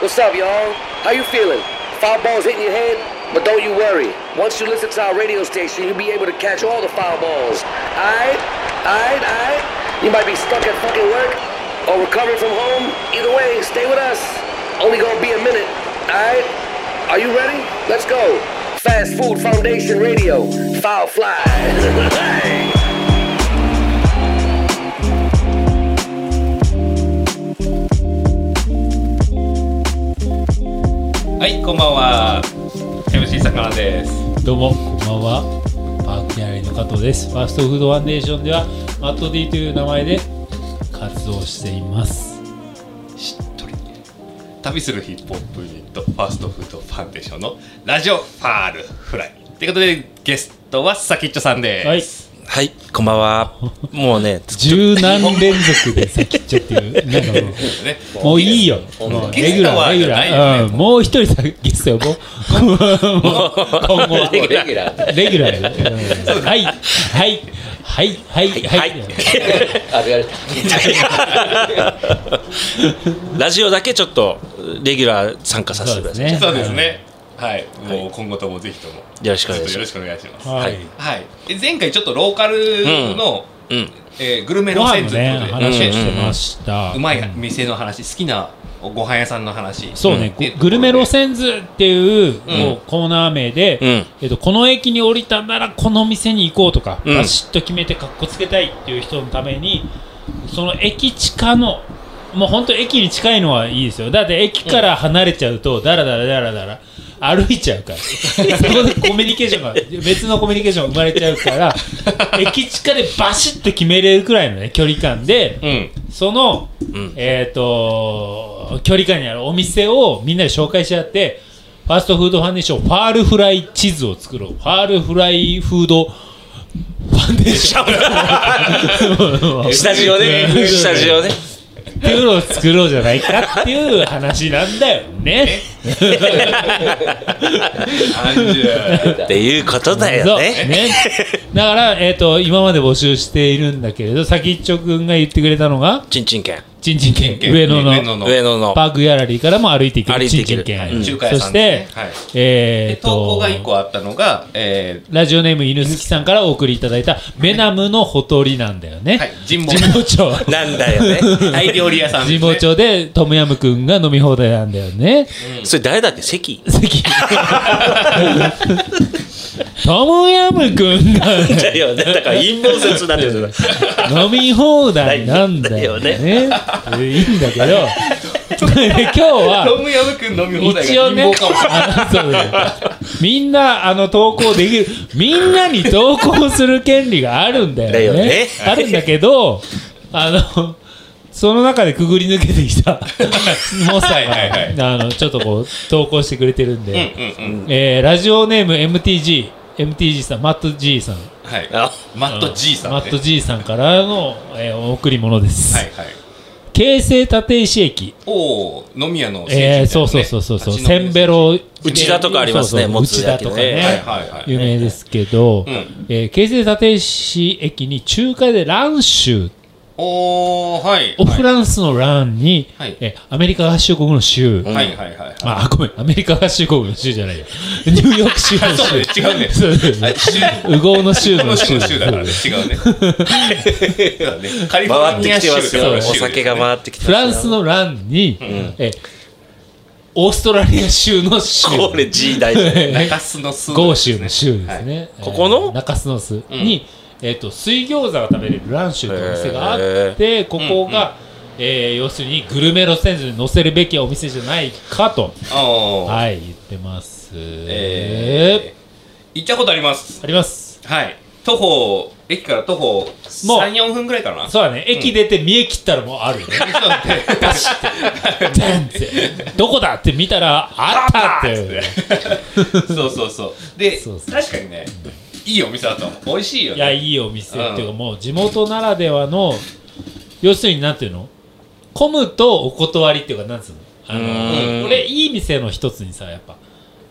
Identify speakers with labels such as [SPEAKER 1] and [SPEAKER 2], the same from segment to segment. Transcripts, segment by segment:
[SPEAKER 1] What's up, y'all? How you feeling? Foul balls hitting your head? But don't you worry. Once you listen to our radio station, you'll be able to catch all the foul balls. Aight? Aight? Aight? You might be stuck at fucking work or recovering from home. Either way, stay with us. Only gonna be a minute. Aight? Are you ready? Let's go. Fast Food Foundation Radio. Foul fly. Hey.
[SPEAKER 2] はい、こんばんは。MC さかなです。
[SPEAKER 3] どうも、こんばんは。パークギャラリーの加藤です。ファーストフードファンデーションでは、マット D という名前で活動しています。
[SPEAKER 2] しっとり。旅するヒップホップユニット、ファーストフードファンデーションのラジオファールフライ。ということで、ゲストはさきっちょさんです。
[SPEAKER 3] はい。
[SPEAKER 4] はい、こんばんは。もうね、
[SPEAKER 3] 十何連続で先っちょっていう、なんかも
[SPEAKER 2] ね、
[SPEAKER 3] う、もういいよ。もうレギュラー、レギュラー。うん、もう一人さ、ゲスト呼ぼう。今後は。
[SPEAKER 1] レギュラ ー。
[SPEAKER 3] レギュラーで。うんはい、はい、はい、はい、はい。
[SPEAKER 1] あ、やれた。
[SPEAKER 4] ラジオだけちょっとレギュラー参加させてください。
[SPEAKER 2] そうです。ね。はい、もう今後ともぜひとも。
[SPEAKER 4] よろしくお願い
[SPEAKER 2] ずっと
[SPEAKER 4] し
[SPEAKER 2] よ
[SPEAKER 4] ま
[SPEAKER 2] ろ
[SPEAKER 4] す。
[SPEAKER 2] しくお願いします。
[SPEAKER 3] は
[SPEAKER 4] はいい。
[SPEAKER 2] はい。で前回ちょっとローカルの、
[SPEAKER 4] うん、
[SPEAKER 2] えーグルメ
[SPEAKER 3] ご
[SPEAKER 2] 路
[SPEAKER 3] 飯
[SPEAKER 2] 線
[SPEAKER 3] の
[SPEAKER 2] とい
[SPEAKER 3] ね
[SPEAKER 2] うこ、とで、
[SPEAKER 3] 話を
[SPEAKER 2] ね
[SPEAKER 3] してました。
[SPEAKER 2] うまい店の話、好きなご飯屋さんの話。
[SPEAKER 3] そうね、
[SPEAKER 2] ん
[SPEAKER 3] ググルメ 路線図っていう、こうコーナー名で、
[SPEAKER 4] うん
[SPEAKER 3] えっと、この駅に降りたならこの店に行こうとか、
[SPEAKER 4] うん
[SPEAKER 3] バシッと決めてかっこつけたいっていう人のためにその駅近のもう本当駅に近いのはいいですよだって駅から離れちゃうとだらだらだらだら歩いちゃうから そこでコミュニケーションが別のコミュニケーションが生まれちゃうから 駅近でバシッと決めれるくらいのね距離感で、
[SPEAKER 4] うん、
[SPEAKER 3] その、
[SPEAKER 4] ん
[SPEAKER 3] えっ、と、距離感にあるお店をみんなで紹介し合って、ファーストフードファンデーション、ファールフライ地図を作ろう。ファールフライフードファンデーション。
[SPEAKER 4] スタジオね、スタジオね。
[SPEAKER 3] っていうのを作ろうじゃないかっていう話なんだよね。
[SPEAKER 2] 30
[SPEAKER 4] っていうことだ
[SPEAKER 3] そう
[SPEAKER 4] よね。
[SPEAKER 3] ねだから、えっ、と、今まで募集しているんだけれど、先っちょくんが言ってくれたのが、
[SPEAKER 4] ちんちん県、
[SPEAKER 3] ちんちん県、上野の。
[SPEAKER 4] 上野の。
[SPEAKER 3] パークギャラリーからも歩いていけ
[SPEAKER 4] 歩
[SPEAKER 3] る
[SPEAKER 4] いて
[SPEAKER 3] ちん
[SPEAKER 4] いけ
[SPEAKER 3] ちん
[SPEAKER 4] る
[SPEAKER 3] 県、
[SPEAKER 4] うん
[SPEAKER 2] 中華
[SPEAKER 3] そ
[SPEAKER 2] 屋さ
[SPEAKER 3] し
[SPEAKER 2] んで
[SPEAKER 3] て
[SPEAKER 2] すね、はい
[SPEAKER 3] えっ、
[SPEAKER 2] 投
[SPEAKER 3] と
[SPEAKER 2] 稿が1個あったのが、え
[SPEAKER 3] ラジオネーム犬好きさんからお送りいただいたベナムのほとりなんだよね。
[SPEAKER 2] ーはい、神保
[SPEAKER 3] 神保町。
[SPEAKER 4] なんだよね。
[SPEAKER 2] タイ料理屋さんで
[SPEAKER 3] 神
[SPEAKER 2] すね
[SPEAKER 3] 保町でトムヤムくんが飲み放題なんだよね。
[SPEAKER 4] それ誰だっけ、 関。
[SPEAKER 3] 関トムヤムくんが
[SPEAKER 4] だよね。だから陰謀説になってるじゃない。
[SPEAKER 3] 飲み放題なんだよね。えいいんだけど、で今日
[SPEAKER 2] ト
[SPEAKER 3] は
[SPEAKER 2] ムヤムくん飲み放題
[SPEAKER 3] 一
[SPEAKER 2] が
[SPEAKER 3] 応
[SPEAKER 2] 貧
[SPEAKER 3] ね
[SPEAKER 2] 乏かもしれない。、
[SPEAKER 3] あのそうだよみんなあの投稿できる、みんなに投稿する権利があるんだよね。
[SPEAKER 4] だよね
[SPEAKER 3] あるんだけど、あの、その中でくぐり抜けてきたモサ
[SPEAKER 2] はいはいはい
[SPEAKER 3] が、あの、ちょっとこう、投稿してくれてるんで、
[SPEAKER 2] うんうんうん。
[SPEAKER 3] えーラジオネーム MTG、MTG さん、マット G さん、
[SPEAKER 2] はい。
[SPEAKER 4] あ
[SPEAKER 2] マット G さんね。
[SPEAKER 3] マット G さんからの、えーお贈り物です。
[SPEAKER 2] はいはい。
[SPEAKER 3] 京成立石駅、
[SPEAKER 2] おー飲み屋の
[SPEAKER 3] えーそうそうそうそうそう、せんべ
[SPEAKER 2] ロ。
[SPEAKER 3] ろ、
[SPEAKER 4] 内田とかありますね
[SPEAKER 3] そうそう
[SPEAKER 4] もつ
[SPEAKER 3] 内田
[SPEAKER 4] 焼き
[SPEAKER 3] と
[SPEAKER 4] の
[SPEAKER 3] か
[SPEAKER 4] ね
[SPEAKER 2] はい
[SPEAKER 3] ね。
[SPEAKER 2] はいはい。
[SPEAKER 3] 有名ですけど、
[SPEAKER 2] うん
[SPEAKER 3] えー京成立石駅に中華で蘭州
[SPEAKER 2] おー、はい。
[SPEAKER 3] オフランスの蘭に、
[SPEAKER 2] はい
[SPEAKER 3] えーアメリカ合衆国の州、
[SPEAKER 2] はいはいはいはい。
[SPEAKER 3] まあ、ごめん、アメリカ合衆国の州じゃないよ。 ニューヨーク州の
[SPEAKER 2] あそうね
[SPEAKER 3] 州。
[SPEAKER 2] 違うね
[SPEAKER 3] そう
[SPEAKER 2] あ、
[SPEAKER 3] ね。
[SPEAKER 2] 州
[SPEAKER 3] ウゴの州の
[SPEAKER 2] 州
[SPEAKER 3] 州。
[SPEAKER 2] 州だからね。違 うね。そうだねカリフォ
[SPEAKER 4] 回
[SPEAKER 2] ル
[SPEAKER 4] っ
[SPEAKER 2] ニ
[SPEAKER 4] て
[SPEAKER 2] ア
[SPEAKER 4] きて
[SPEAKER 2] 州
[SPEAKER 4] ます
[SPEAKER 2] だ
[SPEAKER 4] よ。
[SPEAKER 2] か
[SPEAKER 4] お
[SPEAKER 2] ら州ですね
[SPEAKER 4] 酒が回ってきてます
[SPEAKER 3] フ
[SPEAKER 4] よ
[SPEAKER 3] ランス。の蘭に、えーオーストラリア州の州。
[SPEAKER 4] これ G 大事。
[SPEAKER 2] 中洲の州。
[SPEAKER 3] 豪州の州ですね。
[SPEAKER 4] ここの
[SPEAKER 3] えー中洲の州に、えっと、水餃子が食べれる蘭州というお店があって、ここが、えー要するにグルメ路線図に載せるべきお店じゃないかと、
[SPEAKER 2] おー
[SPEAKER 3] はい、言ってます。
[SPEAKER 2] えー行ったことあります。
[SPEAKER 3] あります。
[SPEAKER 2] はい。徒歩、駅から徒歩
[SPEAKER 3] もう
[SPEAKER 2] 3、4分ぐらいかな。
[SPEAKER 3] そうだね、駅出て見え切ったらもうあるよね。
[SPEAKER 2] そうだね
[SPEAKER 3] バシッてダンってどこだって見たら、あったって。
[SPEAKER 2] そうそうそう。で、
[SPEAKER 3] そうそう
[SPEAKER 2] 確かにね、いいお店だと思う。美味しいよ
[SPEAKER 3] いや、
[SPEAKER 2] ね。
[SPEAKER 3] いいお店っていうか、
[SPEAKER 2] う
[SPEAKER 3] もう地元ならではの、要するになんていうの混むとお断りっていうか、なんつうのあ
[SPEAKER 4] うー
[SPEAKER 3] の、
[SPEAKER 4] ん
[SPEAKER 3] 俺、いい店の一つにさ、やっぱ、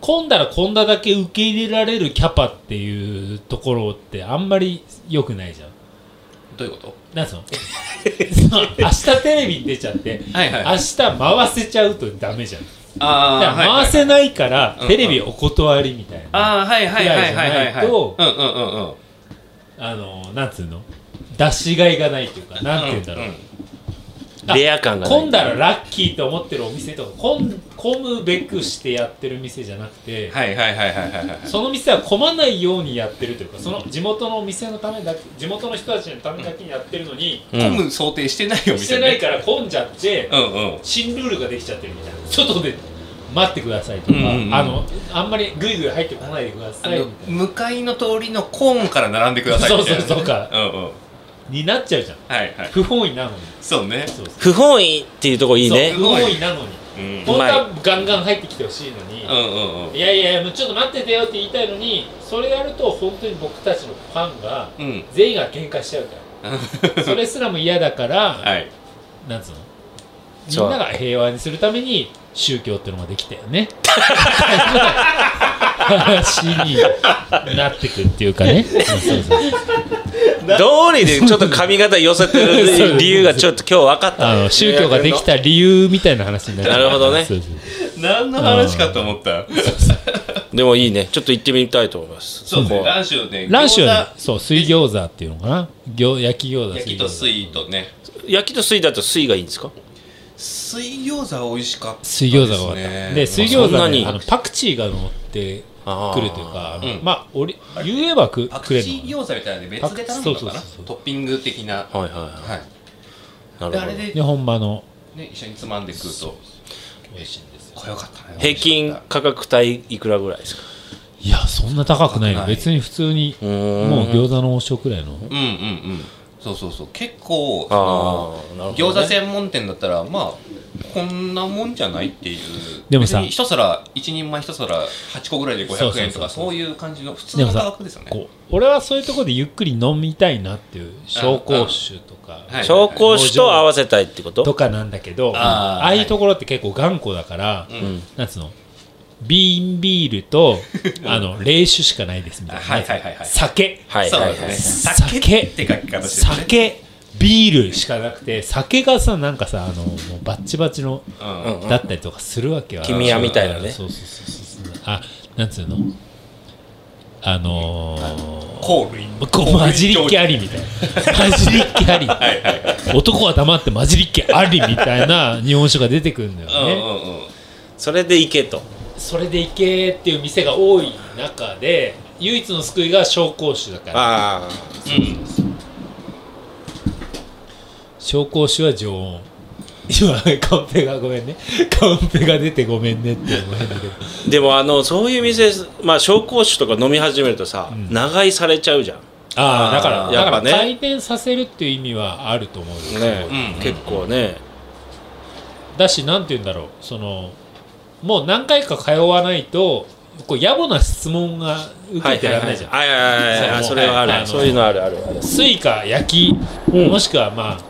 [SPEAKER 3] 混んだら混んだだけ受け入れられるキャパっていうところってあんまり良くないじゃん。
[SPEAKER 2] どういうこと
[SPEAKER 3] なん つうのその明日テレビに出ちゃって、
[SPEAKER 2] はいはい
[SPEAKER 3] 明日回せちゃうとダメじゃん。
[SPEAKER 2] あ
[SPEAKER 3] だ
[SPEAKER 2] あ、
[SPEAKER 3] から
[SPEAKER 2] はい
[SPEAKER 3] 回せないから
[SPEAKER 2] うんうん
[SPEAKER 3] テレビお断りみたいな、
[SPEAKER 2] ああ、はいはいはいはいはいはい。
[SPEAKER 3] ぐらいじゃないと
[SPEAKER 2] うんうんうんうん。
[SPEAKER 3] あのなんつうの出しがいがないっていうかなんて言うんだろう、
[SPEAKER 2] うん
[SPEAKER 3] あ
[SPEAKER 4] レア感がない
[SPEAKER 3] 混んだらラッキーと思ってるお店とか混混むべくしてやってる店じゃなくて、
[SPEAKER 2] はいはいはいはいはいはい。
[SPEAKER 3] その店は混まないようにやってるというかその地元のお店のためだけ地元の人たちのためだけにやってるのに、
[SPEAKER 4] うん
[SPEAKER 2] 混む想定してないよ、み
[SPEAKER 3] して
[SPEAKER 2] た
[SPEAKER 3] ない
[SPEAKER 2] い
[SPEAKER 3] から混んじゃって、
[SPEAKER 2] な。うんうん。
[SPEAKER 3] 新ルールができちゃってるみたいな外で待ってくださいとか、
[SPEAKER 2] うんうんうん
[SPEAKER 3] あのあんまりぐいぐい入ってこないでくだ
[SPEAKER 2] あ
[SPEAKER 3] さいみ
[SPEAKER 2] の
[SPEAKER 3] たいな
[SPEAKER 2] 向かいの通りのコーンから並んでくださいみたいなね
[SPEAKER 3] そうそうそうか
[SPEAKER 2] うんうん
[SPEAKER 3] になっちゃうじゃん
[SPEAKER 2] はいはい
[SPEAKER 3] 不本意なのに
[SPEAKER 2] そうね
[SPEAKER 3] そうそう
[SPEAKER 4] 不本意っていうとこいいね
[SPEAKER 3] そう不本意なのに
[SPEAKER 2] うん
[SPEAKER 3] 本当
[SPEAKER 4] ま
[SPEAKER 3] はガンガン入ってきてほしいのに、
[SPEAKER 2] うんうんうん
[SPEAKER 3] いやいやいやもうちょっと待っててよって言いたいのにそれやると本当に僕たちのファンが
[SPEAKER 2] うん
[SPEAKER 3] 全員が喧嘩しちゃうからそれすらも嫌だから、
[SPEAKER 2] はい
[SPEAKER 3] なんつうのみ
[SPEAKER 4] そうん
[SPEAKER 3] なが平和にするために宗教ってのができたよね 話になってくっていうかねそうそうそう
[SPEAKER 4] どうりでちょっと髪型寄せてる理由がちょっと今日分かった
[SPEAKER 3] あの宗教ができた理由みたいな話になっちゃう
[SPEAKER 4] なるほどね
[SPEAKER 3] そうそう
[SPEAKER 2] 何の話かと思った
[SPEAKER 4] でもいいねちょっと行ってみたいと思います
[SPEAKER 2] そうね
[SPEAKER 4] こ
[SPEAKER 2] ランシュね
[SPEAKER 3] ランシュはね
[SPEAKER 2] 餃
[SPEAKER 3] そう水餃子っていうのかな餃焼き餃
[SPEAKER 2] 子
[SPEAKER 3] 子
[SPEAKER 2] 焼きと水とね
[SPEAKER 4] 焼きと水だと水がいいんですか
[SPEAKER 2] 水餃子美味しかった
[SPEAKER 3] 水餃子が終わったで水餃
[SPEAKER 4] そんな
[SPEAKER 3] 子
[SPEAKER 4] に
[SPEAKER 3] にあのパクチーが乗って
[SPEAKER 4] あー
[SPEAKER 3] くるというかあの
[SPEAKER 2] うん
[SPEAKER 3] まあ俺言えばく
[SPEAKER 2] パ
[SPEAKER 3] く
[SPEAKER 2] ク
[SPEAKER 3] れ
[SPEAKER 2] チ
[SPEAKER 3] る
[SPEAKER 2] ー
[SPEAKER 3] のか
[SPEAKER 2] 餃子
[SPEAKER 3] な
[SPEAKER 2] みたいなので別で頼むのか
[SPEAKER 3] パク
[SPEAKER 2] な
[SPEAKER 3] そうそうそう
[SPEAKER 2] トッピング的な
[SPEAKER 4] はいはいは
[SPEAKER 2] はい
[SPEAKER 4] いなる
[SPEAKER 2] であれ
[SPEAKER 4] ほど
[SPEAKER 2] で
[SPEAKER 3] で本場の
[SPEAKER 2] ね一緒につまんで食うと
[SPEAKER 3] 美味しいんですよ
[SPEAKER 2] これよかったね
[SPEAKER 4] 平均価格帯いくらぐらいですか
[SPEAKER 3] いやそんな高くな
[SPEAKER 2] 高
[SPEAKER 3] いよ
[SPEAKER 2] くない
[SPEAKER 3] 別に普通に
[SPEAKER 4] うーん
[SPEAKER 3] もう餃子の王将くらいの
[SPEAKER 2] うんうんうんそうそうそう結構そ
[SPEAKER 4] あ
[SPEAKER 2] の
[SPEAKER 4] ーなるほどね
[SPEAKER 2] 餃子専門店だったらまあこんなもんじゃないっていう
[SPEAKER 3] でもさ
[SPEAKER 2] 別に一皿一人前一皿8個ぐらいで
[SPEAKER 3] そうそう
[SPEAKER 2] 500
[SPEAKER 3] そう
[SPEAKER 2] 円とかそういう感じの普通
[SPEAKER 3] で
[SPEAKER 2] の
[SPEAKER 3] も
[SPEAKER 2] 価
[SPEAKER 3] さ
[SPEAKER 2] 格ですよね
[SPEAKER 3] こう俺はそういうとこでゆっくり飲みたいなっていう紹興酒とか
[SPEAKER 2] はい
[SPEAKER 4] 紹興酒と合わせたいってこと
[SPEAKER 3] とかなんだけど
[SPEAKER 2] あー
[SPEAKER 3] ああいうところって結構頑固だから
[SPEAKER 2] うん
[SPEAKER 3] なんつうの瓶ビール とあの冷酒しかないですみたいな
[SPEAKER 2] はいはいはいはい
[SPEAKER 3] 酒
[SPEAKER 4] はい
[SPEAKER 2] そう
[SPEAKER 4] はい
[SPEAKER 2] です
[SPEAKER 4] は
[SPEAKER 2] ね
[SPEAKER 4] い
[SPEAKER 2] 酒
[SPEAKER 3] 酒
[SPEAKER 2] って書き方してるね
[SPEAKER 3] 酒ビールしかなくて酒がさなんかさあのもうバッチバチの
[SPEAKER 2] うん
[SPEAKER 4] うん
[SPEAKER 3] だったりとかするわけは
[SPEAKER 4] 君やみたいなね
[SPEAKER 3] そうそうそうそうそうあなんつうのあのー、
[SPEAKER 2] 香類
[SPEAKER 3] こう混じりっけありみたいな混じりっけあり
[SPEAKER 2] はいはいはい
[SPEAKER 3] 男は黙って混じりっけありみたいな 日本酒が出てくるんだよね、
[SPEAKER 2] うんうんうん
[SPEAKER 4] それで行けと
[SPEAKER 3] それでいけっていう店が多い中で唯一の救いが紹興酒だから
[SPEAKER 4] あ
[SPEAKER 3] 紹興酒は常温今カンペがごめんねカンペが出てごめんねって思うんだけど
[SPEAKER 4] あでもあのそういう店まあ紹興酒とか飲み始めるとさ
[SPEAKER 3] ん
[SPEAKER 4] 長居されちゃうじゃん
[SPEAKER 3] ああだから
[SPEAKER 4] やっぱ
[SPEAKER 3] だから
[SPEAKER 4] ね
[SPEAKER 3] 回転させるっていう意味はあると思うよ
[SPEAKER 4] ね
[SPEAKER 2] うんうん
[SPEAKER 4] 結構ね
[SPEAKER 3] だしなんて言うんだろうそのもう何回か通わないとこう野暮な質問が受けてらんないじゃん、
[SPEAKER 4] はいはいはいはいあ
[SPEAKER 3] そう
[SPEAKER 4] それはあ
[SPEAKER 3] はい
[SPEAKER 4] るそういうのあるあるある
[SPEAKER 3] スイカ焼き、もしくはまあ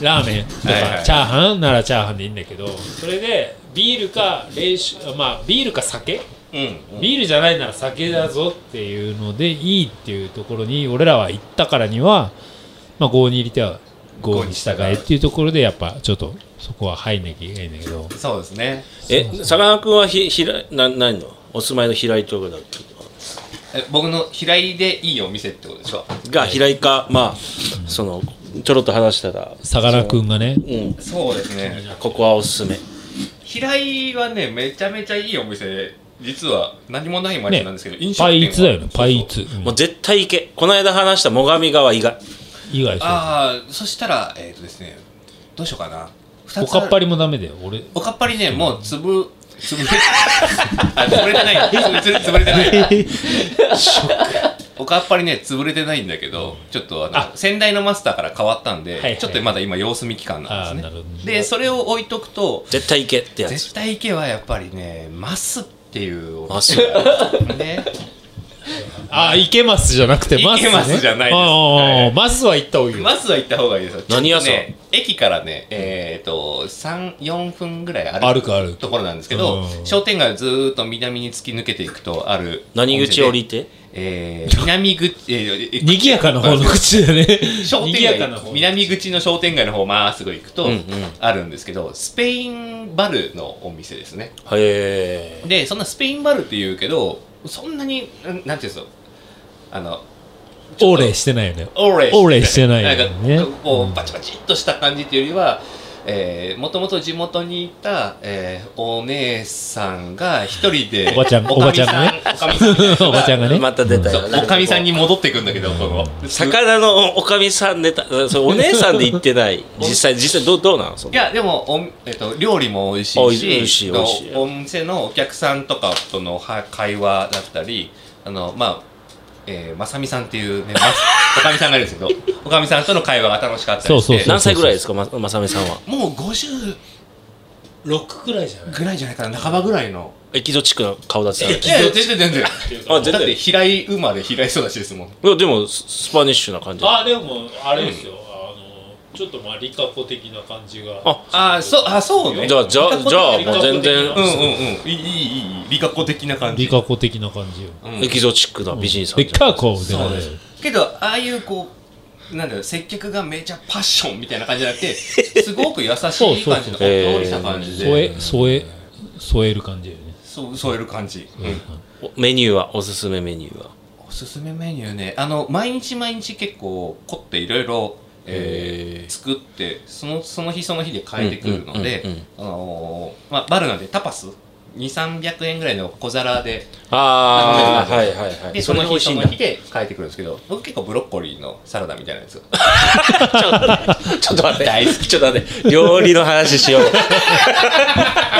[SPEAKER 3] ラーメンとか、
[SPEAKER 2] はいはい
[SPEAKER 3] チャーハンならチャーハンでいいんだけどそれでビールか冷酒まあビールか酒
[SPEAKER 2] うん
[SPEAKER 3] ビールじゃないなら酒だぞっていうのでいいっていうところに俺らは行ったからには、まあ、郷に入りては郷に従えっていうところでやっぱちょっとそこは入んなきゃいけないんだけど
[SPEAKER 2] そうですね
[SPEAKER 4] えさかなクンはひひらな何のお住まいの平井とかだっけ
[SPEAKER 2] え僕の平井でいいお店ってことでしょ
[SPEAKER 4] が平井かまあそのちょろっと話したら
[SPEAKER 3] さかなクンがね
[SPEAKER 4] うん
[SPEAKER 2] そうですね
[SPEAKER 4] ここはおすすめ
[SPEAKER 2] 平井はねめちゃめちゃいいお店実は何もない街なんですけど、飲食店
[SPEAKER 3] パ
[SPEAKER 2] は
[SPEAKER 3] イイツだよねパイイ
[SPEAKER 2] そうそう
[SPEAKER 3] ツうん
[SPEAKER 4] もう絶対行けこの間話した最上川以外
[SPEAKER 3] 以外そう
[SPEAKER 2] ああそしたらえっ、とですねどうしようかな二
[SPEAKER 3] お
[SPEAKER 2] つあ
[SPEAKER 3] か
[SPEAKER 2] る
[SPEAKER 3] っぱりもダメだよ俺
[SPEAKER 2] おかっぱりねもうつぶつぶあ潰れてないつぶつぶれてないおかっぱりね潰れてないんだけどちょっとあの
[SPEAKER 3] あ
[SPEAKER 2] 先代のマスターから変わったんで、
[SPEAKER 3] いはい
[SPEAKER 2] ちょっとまだ今様子見期間なんです
[SPEAKER 3] あーな
[SPEAKER 2] ね
[SPEAKER 3] るほど
[SPEAKER 2] でそれを置いとくと
[SPEAKER 4] 絶対行けってやつ
[SPEAKER 2] 絶対行けはやっぱりねマスっていうお
[SPEAKER 4] マス
[SPEAKER 2] 店がね
[SPEAKER 3] あいけますじゃなくて
[SPEAKER 2] いけます
[SPEAKER 3] ね
[SPEAKER 2] じゃないです
[SPEAKER 3] あああ
[SPEAKER 2] は
[SPEAKER 3] あマスは行った方がいいよ
[SPEAKER 2] まずは行った方がいいですよ。
[SPEAKER 4] 何屋さん
[SPEAKER 2] ちょっとね駅からね、えっ、と、3、4分ぐらい歩
[SPEAKER 3] 歩く歩く
[SPEAKER 2] ところなんですけど
[SPEAKER 3] う、ん
[SPEAKER 2] 商店街をずーっと南に突き抜けていくとある。
[SPEAKER 4] 何口降りて
[SPEAKER 2] えー、南口、えー、
[SPEAKER 3] 賑やかな方の口だね。
[SPEAKER 2] 商店
[SPEAKER 3] 賑やかな
[SPEAKER 2] 街
[SPEAKER 3] 方。
[SPEAKER 2] 南口の商店街の方まっすぐ行くと、
[SPEAKER 4] うんうん
[SPEAKER 2] あるんですけどスペインバルのお店ですね
[SPEAKER 4] へ
[SPEAKER 2] でそんなスペインバルって言うけどそんなにななんていうんですかあの
[SPEAKER 3] オーレしてないよね。
[SPEAKER 2] オーレ
[SPEAKER 3] オーレしてないよね
[SPEAKER 2] んかこ
[SPEAKER 3] うん
[SPEAKER 2] うバチバチっとした感じっていうよりはもともと地元にいた、えーお姉さんが一人で
[SPEAKER 3] おばちゃん
[SPEAKER 2] おかみさ
[SPEAKER 3] おばちゃんがね
[SPEAKER 2] おかみさんみたいな人
[SPEAKER 3] おばちゃんがね。
[SPEAKER 4] また出たよ
[SPEAKER 2] そうおかみさんに戻ってくんだ けどこの
[SPEAKER 4] 魚のおかみさんネタそれお姉さんで言っ てない実際実際どうどうなのその
[SPEAKER 2] いやでもお、えっと、料理も美味しいし
[SPEAKER 4] 美味しい美味しい
[SPEAKER 2] お店のお客さんとかとのは会話だったりあのまあえー、まさみさんっていう ね、ま、おかみさんがいるんですけどおかみさんとの会話が楽しかったりして
[SPEAKER 3] そうそうそう
[SPEAKER 4] 何歳ぐらいですかままさみさんは
[SPEAKER 2] もう50
[SPEAKER 3] 6くらいじゃない
[SPEAKER 2] ぐらいじゃないかな半ばぐらいの
[SPEAKER 4] エキゾチックな顔立
[SPEAKER 2] いや
[SPEAKER 4] ちだ
[SPEAKER 2] 全然全然
[SPEAKER 4] あ全然
[SPEAKER 2] だって平井生まれ平井育ちですもん
[SPEAKER 4] いやでもススパニッシュな感じ
[SPEAKER 3] あ、でも、あれですよ。あの、ちょっとまあ、リカコ的な感じが。
[SPEAKER 4] あ
[SPEAKER 2] ああそうあそうね
[SPEAKER 4] じゃあじゃあじゃあもう全然
[SPEAKER 2] うんうんうんいいいいいいリカコ的な感じ
[SPEAKER 3] リカコ的な感じよ。
[SPEAKER 2] うん
[SPEAKER 4] エキゾチックな美人さん
[SPEAKER 3] リカコで
[SPEAKER 2] そうですけどああいうこうなんだろう接客がめちゃパッションみたいな感じじゃなくてすごく優しい感じの
[SPEAKER 3] そうそう
[SPEAKER 2] ほ
[SPEAKER 3] そう
[SPEAKER 2] っとりした感じ
[SPEAKER 3] 添
[SPEAKER 2] で
[SPEAKER 3] え、添え、添える感じよね。
[SPEAKER 2] そう添える感じ、うん
[SPEAKER 4] おメニューはおすすめメニューは
[SPEAKER 2] おすすめメニューねあの毎日毎日結構凝っていろいろえー作ってそのその日その日で変えてくるので
[SPEAKER 4] うんうんうんうん
[SPEAKER 2] あのーまあバルなんでタパス2300円ぐらいの小皿で
[SPEAKER 4] あ
[SPEAKER 2] あ
[SPEAKER 4] あ
[SPEAKER 2] は
[SPEAKER 4] はいいはいは
[SPEAKER 2] で
[SPEAKER 4] い
[SPEAKER 2] その日その
[SPEAKER 4] ち
[SPEAKER 2] 日で変えてくるんですけど僕結構ブロッコリーのサラダみたいなやつ
[SPEAKER 4] ょっと待って大好きちょっと待って料理の話しよう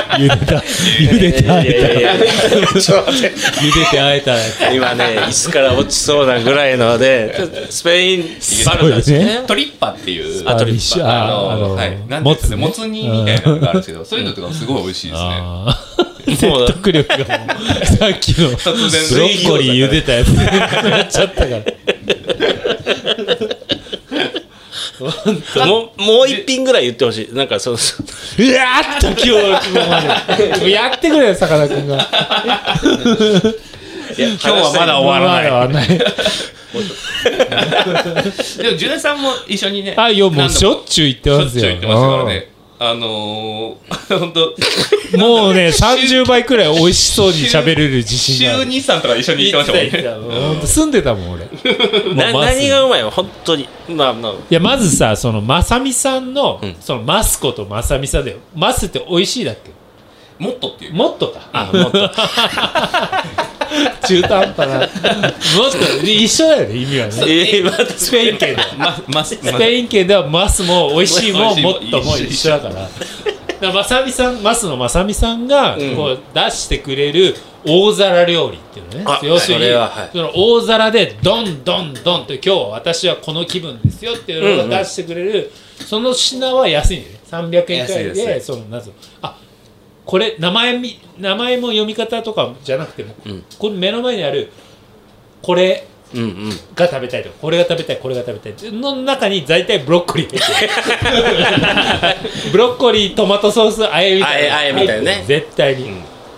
[SPEAKER 3] 茹でた、茹でてあ
[SPEAKER 4] いやい
[SPEAKER 3] え
[SPEAKER 4] やいやちょっと待って
[SPEAKER 3] た。茹でてあえたやつ。
[SPEAKER 4] 今ね椅子から落ちそうなぐらいのでちょっとスペインバルなんです
[SPEAKER 3] そうです
[SPEAKER 4] ね
[SPEAKER 2] トリッパっていう
[SPEAKER 4] あトリッパ
[SPEAKER 3] シ
[SPEAKER 2] あのはい、なんていうんですかねもつ煮みたいなのがあるんですけど、そういうのとかすごい美味しいですね。
[SPEAKER 3] あー説得力がもうさっきのブロ
[SPEAKER 2] 突然
[SPEAKER 3] ッコリー茹でたやつになっちゃったから
[SPEAKER 4] もうもう一品ぐらい言ってほしいなんかそのそう
[SPEAKER 3] わーっと今日やってくれよさかなクンが
[SPEAKER 4] いや
[SPEAKER 2] 今日はまだ終わらない。
[SPEAKER 3] まだ終わらない
[SPEAKER 2] でも、ジュネさんも一緒にね。
[SPEAKER 3] あいやもうし
[SPEAKER 2] しょっ
[SPEAKER 3] ょっちゅう言ってます
[SPEAKER 2] ちゅ
[SPEAKER 3] よ
[SPEAKER 2] う言ってましたからね。あのー、 本当
[SPEAKER 3] うんもうね30倍くらい美味しそうに喋れる自信があ
[SPEAKER 2] 週
[SPEAKER 3] る
[SPEAKER 2] にさんとか一緒に行ってましたもんね。
[SPEAKER 3] ほんと住んでたもん俺
[SPEAKER 4] な
[SPEAKER 3] もうマス
[SPEAKER 4] 何がうまいの本当にまあまあ
[SPEAKER 3] いやまずさそのまさみさんのそのマスコとまさみさんだよマスって美味しいだっけ
[SPEAKER 2] もっとっていう。
[SPEAKER 3] もっとか
[SPEAKER 4] あもっと
[SPEAKER 3] 中途半端 な。もっと、一緒だよね、意味はね。
[SPEAKER 4] えーまた
[SPEAKER 3] スペイン圏では。
[SPEAKER 2] ま、ま、ス
[SPEAKER 3] スペイン圏ではマスも美味しいも
[SPEAKER 2] 美味しい
[SPEAKER 3] も
[SPEAKER 2] も
[SPEAKER 3] っとも一緒だから。だからまさみさん、マスのまさみさんが
[SPEAKER 4] ん
[SPEAKER 3] こう出してくれる大皿料理っていうのね
[SPEAKER 4] あ。
[SPEAKER 3] 要するに
[SPEAKER 4] それははい
[SPEAKER 3] その大皿でどんどんどんと今日は私はこの気分ですよっていうのが出してくれる。その品は安いんだよね。300円くらい
[SPEAKER 2] 安い
[SPEAKER 3] で、
[SPEAKER 2] で
[SPEAKER 3] そのなんつうのあこれ名前み名前も読み方とかじゃなくても、
[SPEAKER 4] うん
[SPEAKER 3] これ目の前にあるこれ
[SPEAKER 4] うんうん
[SPEAKER 3] が食べたいとかこれが食べたいこれが食べたいっての中に大体ブロッコリ ー入ってるブロッコリートマトソースあえみたいな
[SPEAKER 4] あえあえみたいなね
[SPEAKER 3] 絶対に、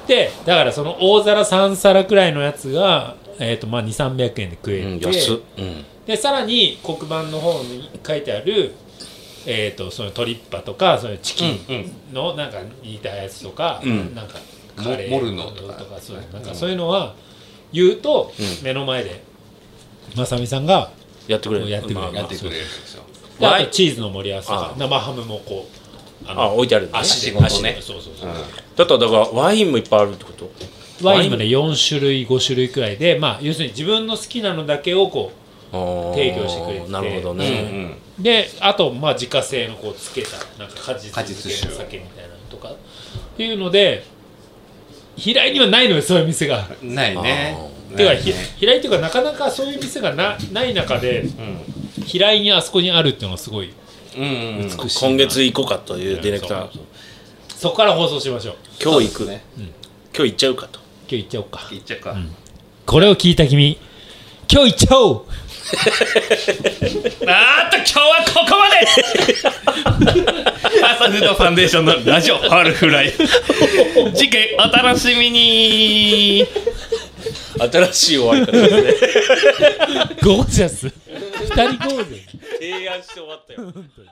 [SPEAKER 3] でだからその大皿3皿くらいのやつが、えーとまあ、2300円で食え
[SPEAKER 4] うん
[SPEAKER 3] て、
[SPEAKER 4] 安っうん
[SPEAKER 3] でさらに黒板の方に書いてある、えー、とそのトリッパとかそのチキンのなんか煮たやつとか、
[SPEAKER 2] ん
[SPEAKER 3] なんか
[SPEAKER 2] モ
[SPEAKER 3] カレー
[SPEAKER 2] モルノとか
[SPEAKER 3] そういうなんかそういうのは言うと、目の前でまさみさんが
[SPEAKER 4] やってくれ
[SPEAKER 3] やってくれる
[SPEAKER 2] やってくれるんですよ。
[SPEAKER 3] であ
[SPEAKER 4] はい
[SPEAKER 3] とチーズの盛り合わせとか
[SPEAKER 4] あ
[SPEAKER 3] 生ハムもこうあ
[SPEAKER 4] あ置いてあるんだね
[SPEAKER 3] 足で
[SPEAKER 2] 仕事ね
[SPEAKER 3] 足でそうそうそう、
[SPEAKER 4] だったらだからワインもいっぱいあるってこと
[SPEAKER 3] ワインもね4種類5種類くらいでまあ要するに自分の好きなのだけをこう提
[SPEAKER 4] 提
[SPEAKER 3] 供してくれてて
[SPEAKER 4] なるほど
[SPEAKER 2] うんう
[SPEAKER 4] ね
[SPEAKER 2] ん。
[SPEAKER 3] であとまあ自家製のこうつけたなんか果実
[SPEAKER 2] 果実
[SPEAKER 3] 漬け
[SPEAKER 2] 酒
[SPEAKER 3] の酒みたいなのとかっていうので平井にはないのよそういう店が。
[SPEAKER 2] ないね。
[SPEAKER 3] て
[SPEAKER 2] な
[SPEAKER 3] か
[SPEAKER 2] い
[SPEAKER 3] ひ
[SPEAKER 2] ね
[SPEAKER 3] 平井っていうかなかなかそういう店がなない中で
[SPEAKER 2] うん
[SPEAKER 3] 平井にあそこにあるっていうのはすごい
[SPEAKER 2] うんうん。
[SPEAKER 3] 美しいな
[SPEAKER 4] 今月行こうかというディレクター
[SPEAKER 3] そうそこから放送しましょう
[SPEAKER 4] 今日行く
[SPEAKER 2] そうですね
[SPEAKER 4] 今日行っちゃうかと
[SPEAKER 3] 今日行っちゃおうか
[SPEAKER 2] いっちゃうか。
[SPEAKER 3] これを聞いた君今日行っちゃおう
[SPEAKER 2] あーっと今日はここまで アサフードファンデーションのラジオハルフライ次回お楽しみに
[SPEAKER 4] 新しい終わり 方ですね
[SPEAKER 3] ゴージャス。二人ゴージャス。
[SPEAKER 4] 提案して終わったよ
[SPEAKER 3] 本当に